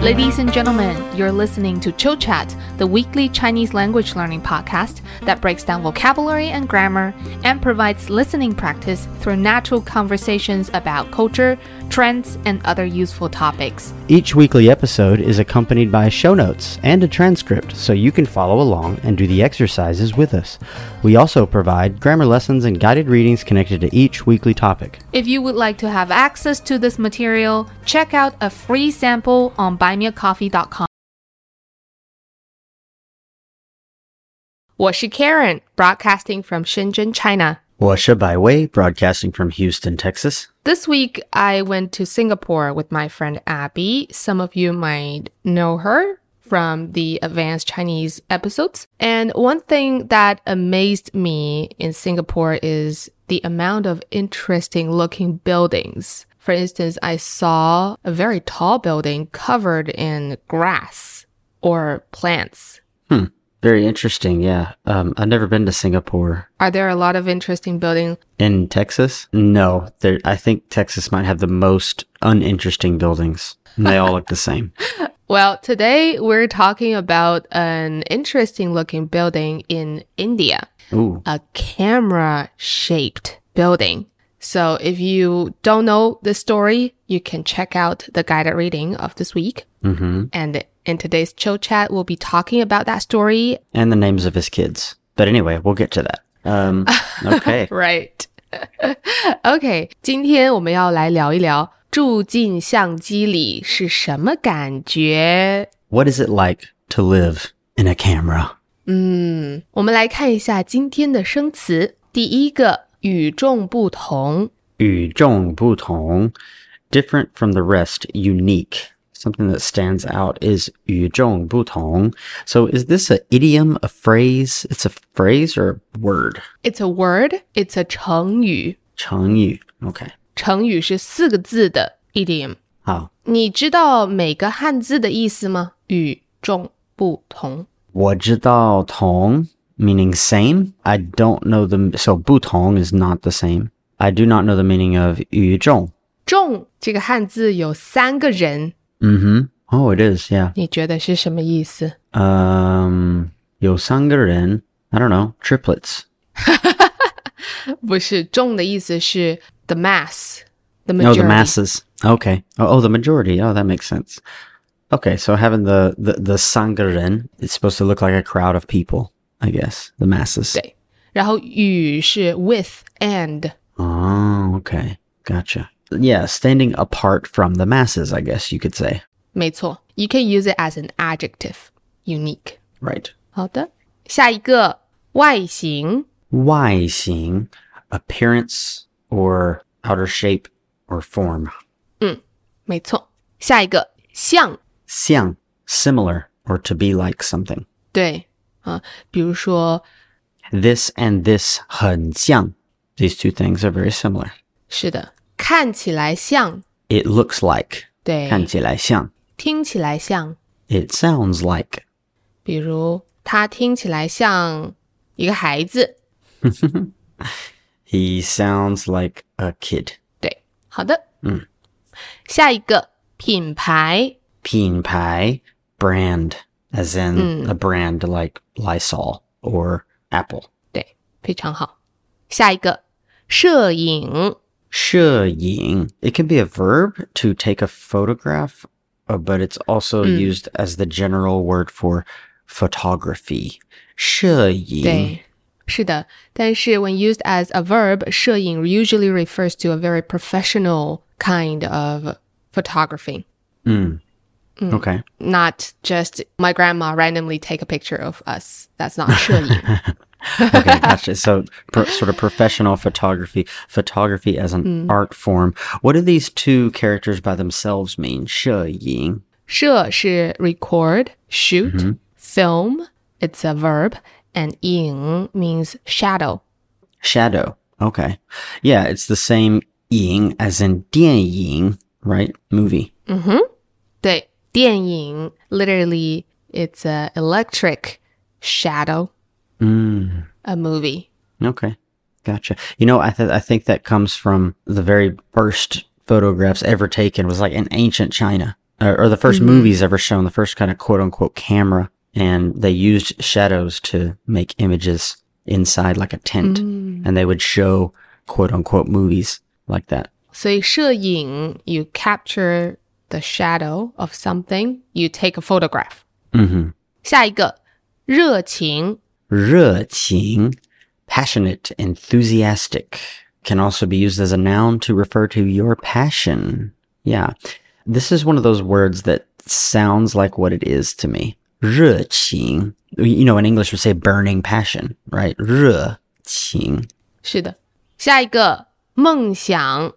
Ladies and gentlemen, you're listening to Chill Chat, the weekly Chinese language learning podcast that breaks down vocabulary and grammar and provides listening practice through natural conversations about culture, trends, and other useful topics. Each weekly episode is accompanied by show notes and a transcript so you can follow along and do the exercises with us. We also provide grammar lessons and guided readings connected to each weekly topic. If you would like to have access to this material, check out a free sample on buymeacoffee.com. 我是 Karen, broadcasting from Shenzhen, China. 我是百威, broadcasting from Houston, Texas. This week, I went to Singapore with my friend Abby. Some of you might know her from the advanced Chinese episodes. And one thing that amazed me in Singapore is the amount of interesting looking buildings. For instance, I saw a very tall building covered in grass or plants. Hmm. Very interesting, yeah. Um, I've never been to Singapore. Are there a lot of interesting buildings? In Texas? No. There, I think Texas might have the most uninteresting buildings. And they all look the same. Well, today we're talking about an interesting looking building in India. Ooh. a camera shaped building. So if you don't know the story, you can check out the guided reading of this week. hmm And in today's chill chat, we'll be talking about that story. And the names of his kids. But anyway, we'll get to that. Um, okay. Right. OK，今天我们要来聊一聊住进相机里是什么感觉。 what is it like to live in a camera? 嗯，我们来看一下今天的生词。第一个，与众不同。与众不同, different from the rest, unique. Something that stands out is 与众不同. So is this an idiom, a phrase? It's a phrase or a word? It's a word. It's a 成语。成语. Okay. 成语是四个字的 idiom。好,你知道每个汉字的意思吗？与众不同。我知道同, meaning same. I don't know the, so 不同 is not the same. I do not know the meaning of 与众.众这个汉字有三个人， Mm-hmm. Oh, it is. Yeah. 你觉得是什么意思？ Um, 有三个人, I don't know, triplets. 不是，众的意思是 the mass，the No, majority。Oh, the masses. Okay. Oh, oh, the majority. Oh, that makes sense. Okay, so having the the the sangaren, it's supposed to look like a crowd of people, I guess. The masses. 对，然后与是 with and。 Oh, okay. Gotcha. Yeah, standing apart from the masses, I guess you could say. 没错，you can use it as an adjective. Unique. Right. 好的，下一个外形外形, appearance or outer shape or form. 没错，下一个像像, similar or to be like something. 对啊，比如说 this and this 很像. These two things are very similar. 是的，看起来像， It looks like 对，看起来像.听起来像， It sounds like 比如他听起来像一个孩子。 he sounds like a kid. 对，好的，嗯，下一个品牌，品牌 brand as in Mm. a brand like Lysol or Apple. 对，非常好。下一个摄影，摄影 it can be a verb to take a photograph, uh, but it's also Mm. used as the general word for photography. 摄影对，是的。但是 when used as a verb，摄影 usually refers to a very professional kind of photography。 Mm. Okay. not just my grandma randomly take a picture of us. That's not 摄影. Okay. Gotcha. so, pro sort of professional photography, photography as an art form. What do these two characters by themselves mean? 摄影.摄是 record, shoot, film. It's a verb. And 影 means shadow. Shadow. Okay. Yeah, it's the same 影 as in 电影, right? Movie. 对，电影 literally it's a electric shadow. A movie. Okay. Gotcha. You know, I, th- I think that comes from the very first photographs ever taken was like in ancient China. uh, or, or the 1st Mhm. movies ever shown, the first kind of quote unquote camera, and they used shadows to make images inside like a tent, Mm. and they would show quote unquote movies like that. 所以摄影 you capture the shadow of something, you take a photograph. Mm-hmm. 下一个热情热情, passionate, enthusiastic, can also be used as a noun to refer to your passion. Yeah. This is one of those words that sounds like what it is to me. 热情. You know, in English we say burning passion, right? 热情.是的，下一个梦想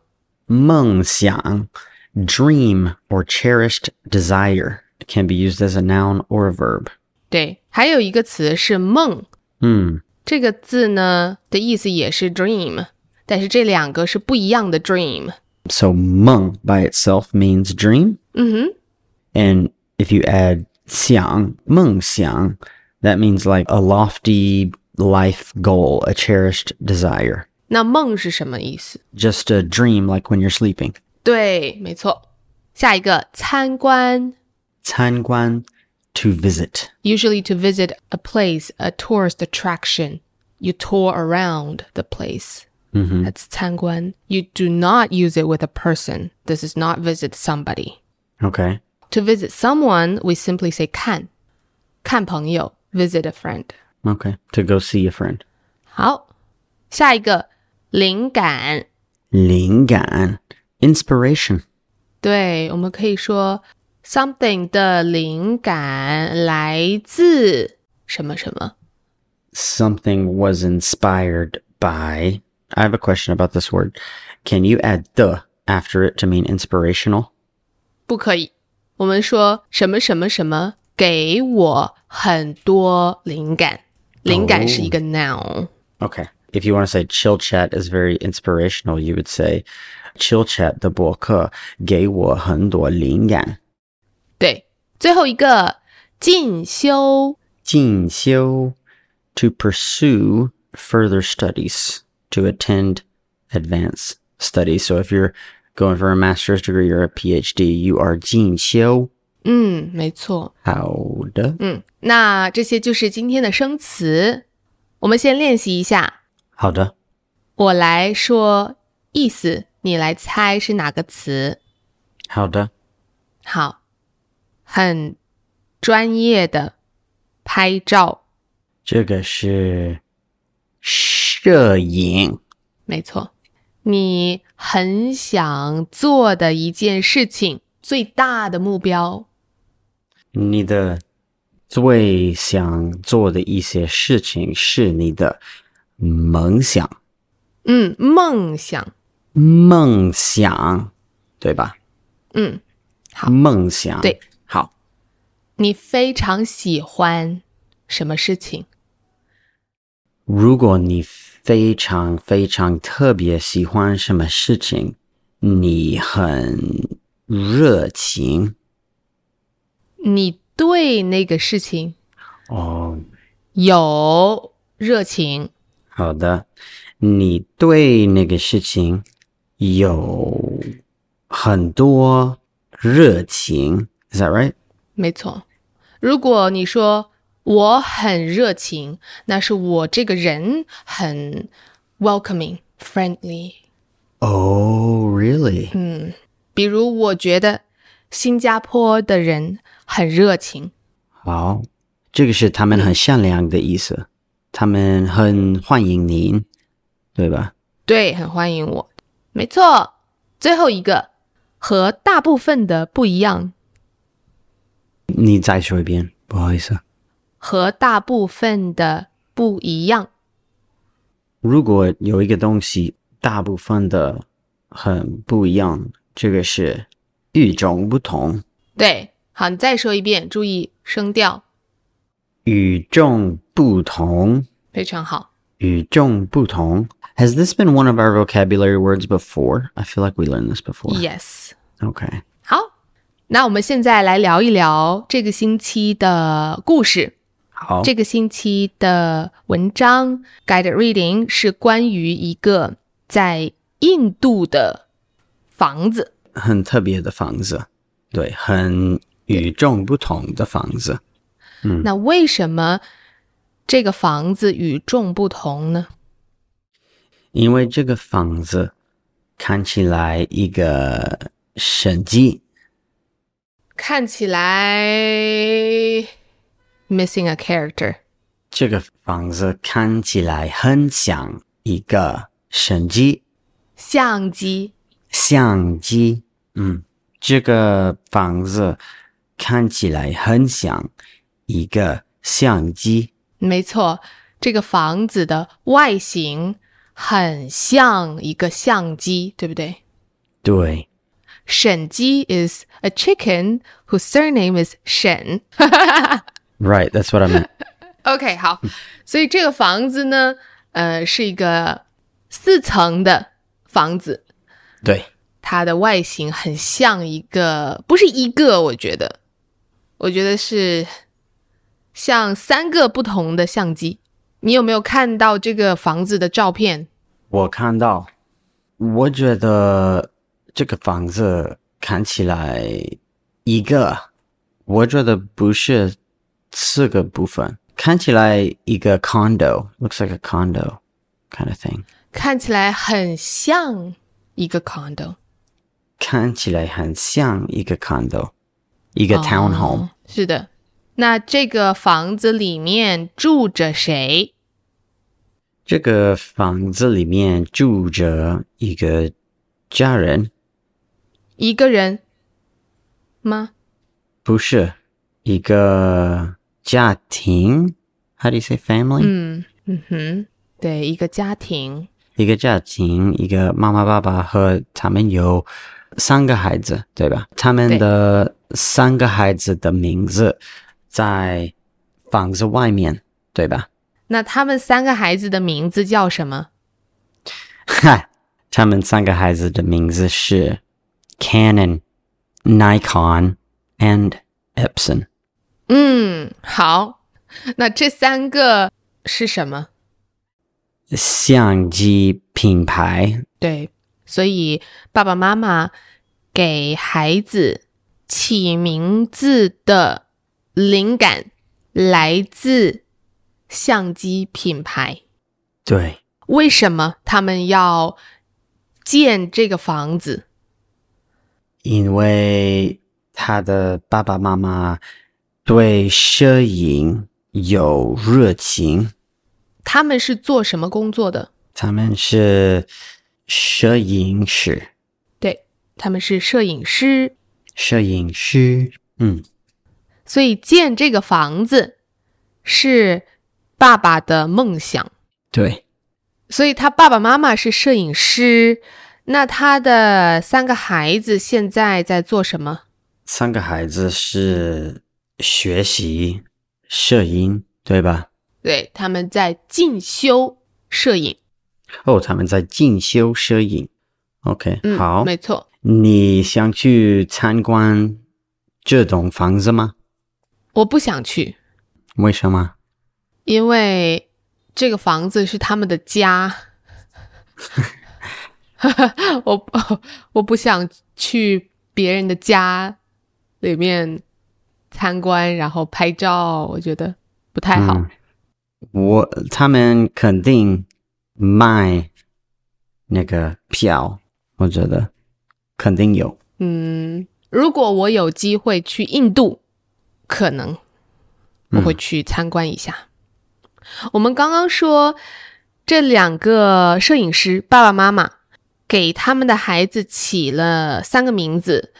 梦想, dream or cherished desire It can be used as a noun or a verb. 对，还有一个词是梦 Hmm. 这个字呢的意思也是 dream，但是这两个是不一样的 dream。 So 梦 by itself means dream. 嗯 And if you add 想,梦想, that means like a lofty life goal, a cherished desire, 哼，那梦是什么意思？ just a dream like when you're sleeping. 对，没错。下一个参观参观, to visit. ，usually to visit a place, a tourist attraction. You tour around the place. Mhm. That's 参观. You do not use it with a person. This is not visit somebody. Okay. To visit someone, we simply say 看，看朋友，visit a friend. Okay. To go see a friend. 好，下一个灵感。灵感, inspiration. 对，我们可以说 something 的灵感来自什么什么。 Something was inspired by. I have a question about this word. Can you add the after it to mean inspirational? 不可以，我们说什么什么什么给我很多灵感。灵感是一个 noun，、 Okay. If you want to say chill chat is very inspirational, you would say chill chat uh, 的博客给我很多灵感。进修,对。最后一个进修， to pursue further studies, to attend advanced studies. So if you're going for a master's degree or a PhD, you are 进修.嗯，没错， How de? 嗯，那这些就是今天的生词，我们先练习一下。 How de? 我来说意思，你来猜是哪个词。 How de? 好，很专业的拍照，这个是摄影。没错。你很想做的一件事情，最大的目标，你的最想做的一些事情是你的梦想，嗯，梦想，梦想，对吧？嗯，好梦想，对，好，你非常喜欢什么事情？如果你非常非常特别喜欢什么事情，你很热情你对那个事情哦。有热情，好的，你对那个事情有很多热情，Is that right？没错。如果你说我很热情，那是我这个人很 welcoming、friendly。 Oh, really? 嗯，比如我觉得新加坡的人很热情，好，这个是他们很善良的意思，他们很欢迎您，对吧？对，很欢迎我。没错，最后一个和大部分的不一样，你再说一遍，不好意思。和大部分的不一样。如果有一个东西大部分的很不一样，这个是与众不同。对，好，你再说一遍，注意声调，与众不同，非常好。与众不同。Has this been one of our vocabulary words before? I feel like we learned this before. Yes， Okay. 好，那我们现在来聊一聊这个星期的故事。好，这个星期的文章 guided reading 是关于一个在印度的房子。很特别的房子。对，很与众不同的房子。那为什么这个房子与众不同呢？因为这个房子看起来一个神迹，看起来 missing a character。这个房子看起来很像一个神迹相机相机。嗯，这个房子看起来很像一个相机。没错，这个房子的外形很像一个相机，对不对？对，沈鸡 is a chicken whose surname is 沈。 right. That's what I meant. OK，好，所以这个房子呢，呃，是一个四层的房子， 对，它的外形很像一个，不是一个，我觉得，我觉得是像三个不同的相机。你有没有看到这个房子的照片？我看到，我觉得这个房子看起来一个，我觉得不是四个部分，看起来一个 condo，looks like a condo kind of thing，看起来很像一个 condo，看起来很像一个 condo，一个 townhome，、哦是的，那这个房子里面住着谁？这个房子里面住着一个家人，一个人吗？不是一个家庭，how do you say family？嗯嗯哼，对，一个家庭，一个家庭，一个妈妈、爸爸和他们有三个孩子，对吧？他们的三个孩子的名字在房子外面，对吧？ 那他们三个孩子的名字叫什么？哈，他们三个孩子的名字是 Canon、Nikon and Epson。嗯，好，那这三个是什么？相机品牌对，所以爸爸妈妈给孩子起名字的灵感来自相机品牌。对，为什么他们要建这个房子？因为他的爸爸妈妈对摄影有热情，他们是做什么工作的？他们是摄影师，对，他们是摄影师，摄影师，嗯，所以建这个房子是爸爸的梦想。对，所以他爸爸妈妈是摄影师，那他的三个孩子现在在做什么？三个孩子是学习摄影，对吧？对，他们在进修摄影。哦，他们在进修摄影。OK，、嗯，好，没错。你想去参观这栋房子吗？我不想去，为什么？因为这个房子是他们的家。 我我不想去别人的家里面参观，然后拍照，我觉得不太好。嗯我他们肯定卖那个票，我觉得肯定有。嗯，如果我有机会去印度，可能我会去参观一下。我们刚刚说，这两个摄影师爸爸妈妈给他们的孩子起了三个名字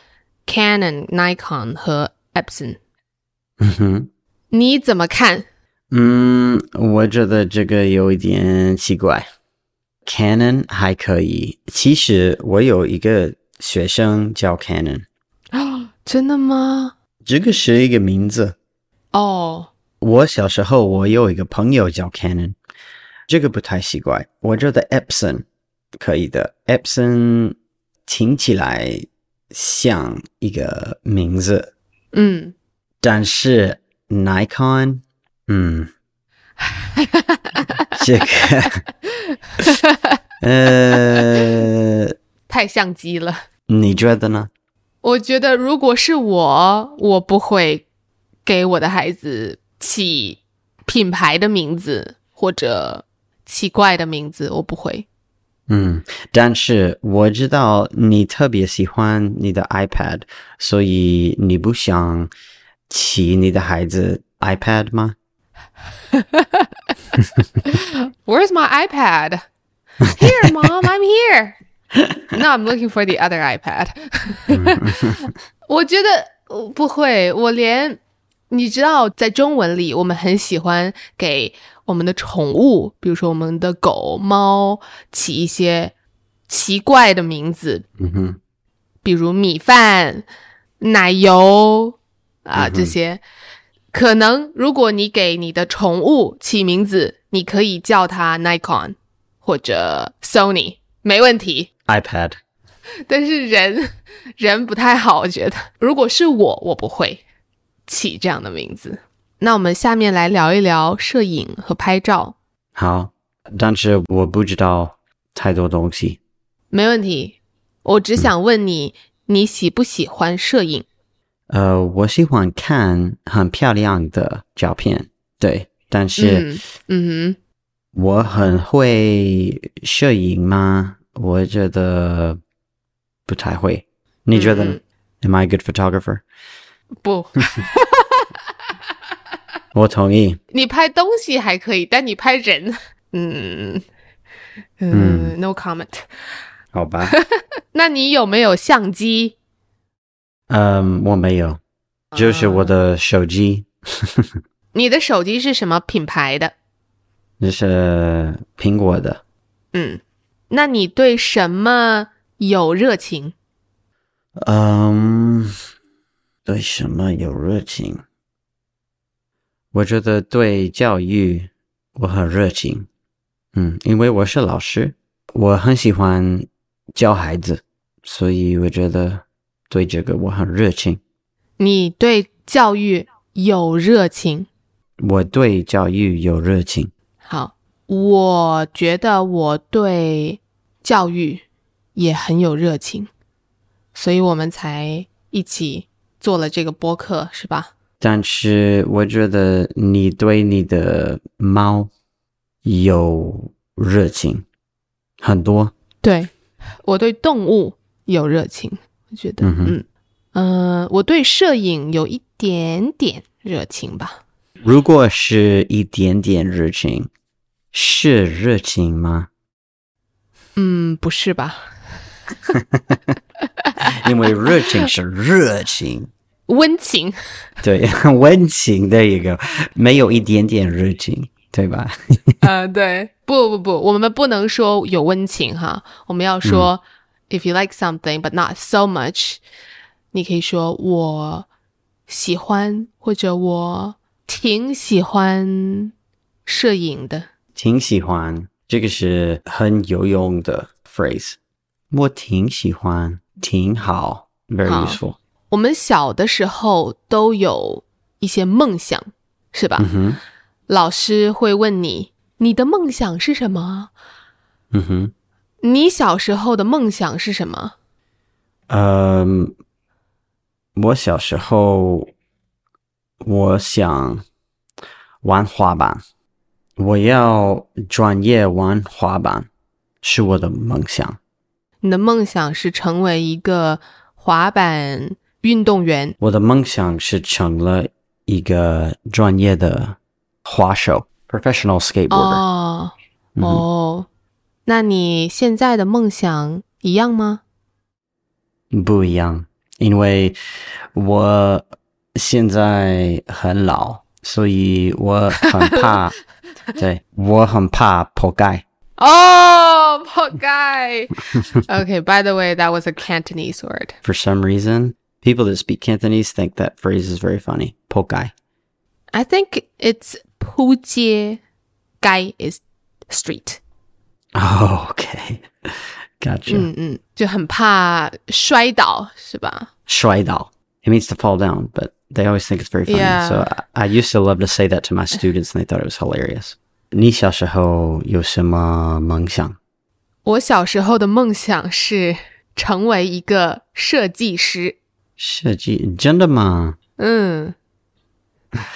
：Canon、Nikon 和 Epson。嗯哼，你怎么看？嗯，我觉得这个有一点奇怪。Canon 还可以，其实我有一个学生叫 Canon，啊， 真的吗？这个是一个名字，哦，我小时候，我有一个朋友叫 Canon，这个不太奇怪。我觉得 Epson 可以的，Epson 听起来像一个名字，嗯，但是 Nikon，嗯，这个，呃，太相机了。你觉得呢？我觉得如果是我，我不会给我的孩子起品牌的名字或者奇怪的名字，我不会。嗯，但是我知道你特别喜欢你的 iPad，所以你不想起你的孩子 iPad 吗？ Where's my iPad? Here, mom, I'm here. No, I'm looking for the other iPad. 我觉得呃不会，我连你知道，在中文里，我们很喜欢给我们的宠物，比如说我们的狗、猫，起一些奇怪的名字，嗯哼，比如米饭、奶油啊、嗯哼这些。可能如果你给你的宠物起名字，你可以叫它 Nikon 或者 Sony，没问题。 ，iPad。但是人 人不太好，我觉得。如果是我，我不会起这样的名字。那我们下面来聊一聊摄影和拍照，好，但是我不知道太多东西。没问题。我只想问你，你喜不喜欢摄影？呃，我喜欢看很漂亮的照片，对，但是嗯嗯我很会摄影吗？我觉得不太会。你觉得呢、Am I a good photographer？哼，不，我同意。你拍东西还可以，但你拍人，嗯嗯嗯 n o comment。好吧， 那你有没有相机？嗯，我没有，就是我的手机，你的手机是什么品牌的？这是苹果的。嗯，那你对什么有热情？嗯，对什么有热情？我觉得对教育我很热情。嗯，因为我是老师，我很喜欢教孩子，所以我觉得对这个我很热情。你对教育有热情？我对教育有热情。好，我觉得我对教育也很有热情，所以我们才一起做了这个播客，是吧？但是我觉得你对你的猫有热情，很多。对，我对动物有热情，我觉得，嗯哼嗯嗯、呃我对摄影有一点点热情吧。如果是一点点热情，是热情吗？嗯，不是吧？因为热情是热情，温情，对， 很温情的一个，没有一点点热情，对吧？呃，对，不不不，我们不能说有温情哈，我们要说、if 嗯 you like something but not so much，你可以说我喜欢或者我挺喜欢摄影的，挺喜欢，这个是很有用的 phrase。我挺喜欢，挺好，very 好 useful。我们小的时候都有一些梦想，是吧？嗯哼，老师会问你，你的梦想是什么？嗯哼，你小时候的梦想是什么？嗯，我小时候，我想玩滑板，我要专业玩滑板，是我的梦想。你的梦想是成为一个滑板运动员。我的梦想是成了一个专业的滑手 （professional skateboarder）。哦嗯哼哦，那你现在的梦想一样吗？不一样，因为我现在很老，所以我很怕，对我很怕破盖。哦，破盖。OK，by、the way，that was a Cantonese word。 For some reason, people that speak Cantonese think that phrase is very funny. Pokai. I think it's 扑街，盖 is street。 Oh, okay. Gotcha. 嗯嗯，就很怕摔倒，是吧？ Schweidal. It means to fall down, but they always think it's very funny. Yeah. So I, I used to love to say that to my students and they thought it was hilarious. 你小时候有什么梦想？我小时候的梦想是成为一个设计师。设计真的吗？嗯，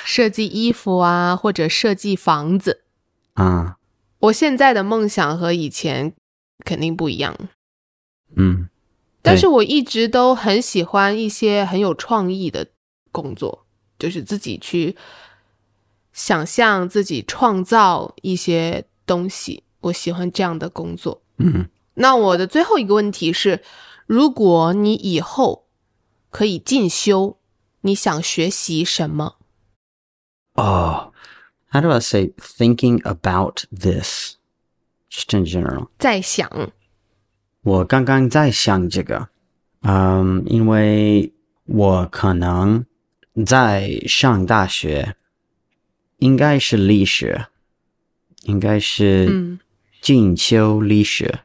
设计衣服啊，或者设计房子。啊，我现在的梦想和以前肯定不一样，嗯，但是我一直都很喜欢一些很有创意的工作，就是自己去想象、自己创造一些东西。我喜欢这样的工作。嗯那我的最后一个问题是：如果你以后可以进修，你想学习什么？哦，how Oh, do I say thinking about this? Just in general. 在想，我刚刚在想这个，嗯，因为我可能在上大学，应该是历史，应该是嗯进修历史。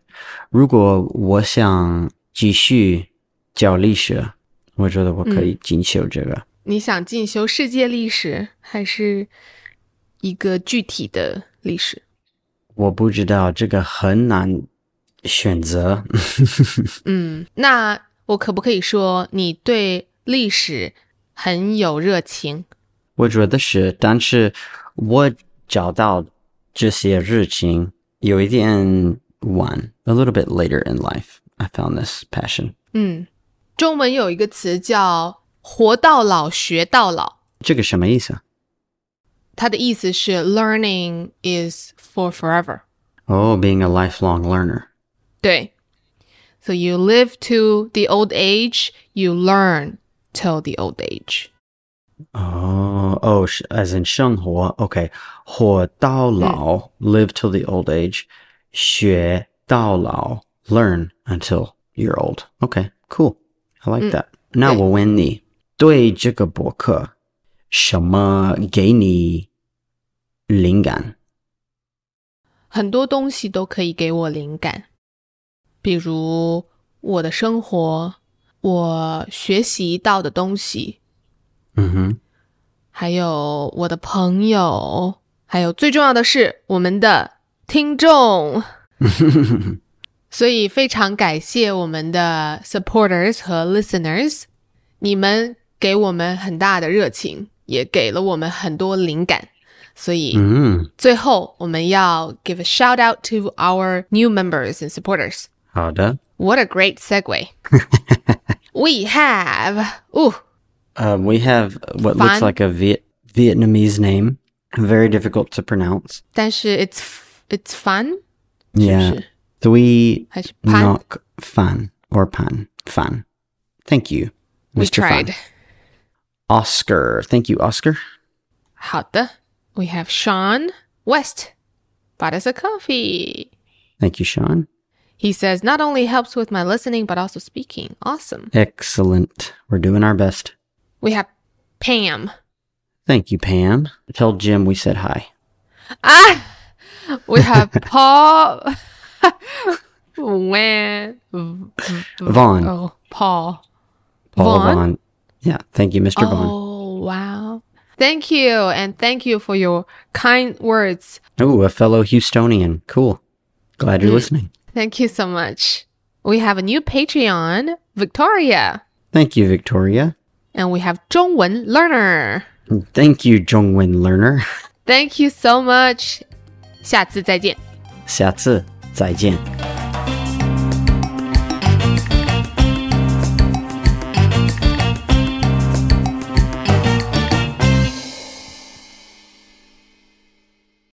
如果我想继续教历史，我觉得我可以进修这个。你想进修世界历史，还是一个具体的历史？我不知道这个很难选择。嗯，那我可不可以说你对历史很有热情？我觉得是，但是我找到这些事情有一点晚，a little bit later in life. I found this passion. 嗯，中文有一个词叫“活到老学到老这个什么意思？”，它的意思是 “learning is for forever”。 Oh, being a lifelong learner. 对，so you live to the old age, you learn till the old age。 Oh, oh, sh- as in 生活. Okay, 活到老 live till the old age. 学到老 learn until you're old. Okay, cool. I like that. 那对我问你，对这个博客，什么给你灵感？很多东西都可以给我灵感，比如我的生活，我学习到的东西，嗯 哼，还有我的朋友，还有最重要的是我们的听众。所以非常感谢我们的 supporters 和 listeners，你们给我们很大的热情，也给了我们很多灵感。所以嗯，最后我们要 give a shout out to our new members and supporters. 好的。 What a great segue! we have ooh Uh, we have what Fan. looks like a Viet Vietnamese name, very difficult to pronounce. 但是 it's it's fun Yeah, 是不是？ three 还是 pan? knock fan or pan fan. Thank you, Mr. We Fan. tried. Oscar, thank you, Oscar. 好的，We have Sean West. Bought us a coffee. Thank you, Sean. He says not only helps with my listening but also speaking. Awesome. Excellent. We're doing our best. We have Pam. Thank you, Pam. Tell Jim we said hi. Ah, we have Paul. when Vaughn. oh Paul. Paul Vaughn? Vaughn. Yeah, thank you, Mr. Vaughn. Oh wow. Thank you and thank you for your kind words. Oh, a fellow Houstonian. Cool. Glad Mm. you're listening. Thank you so much. We have a new Patreon, Victoria, Thank you, Victoria. and we have Zhongwen Learner. And Thank you, Jongwen Learner. Thank you so much. 下次再见。下次再见。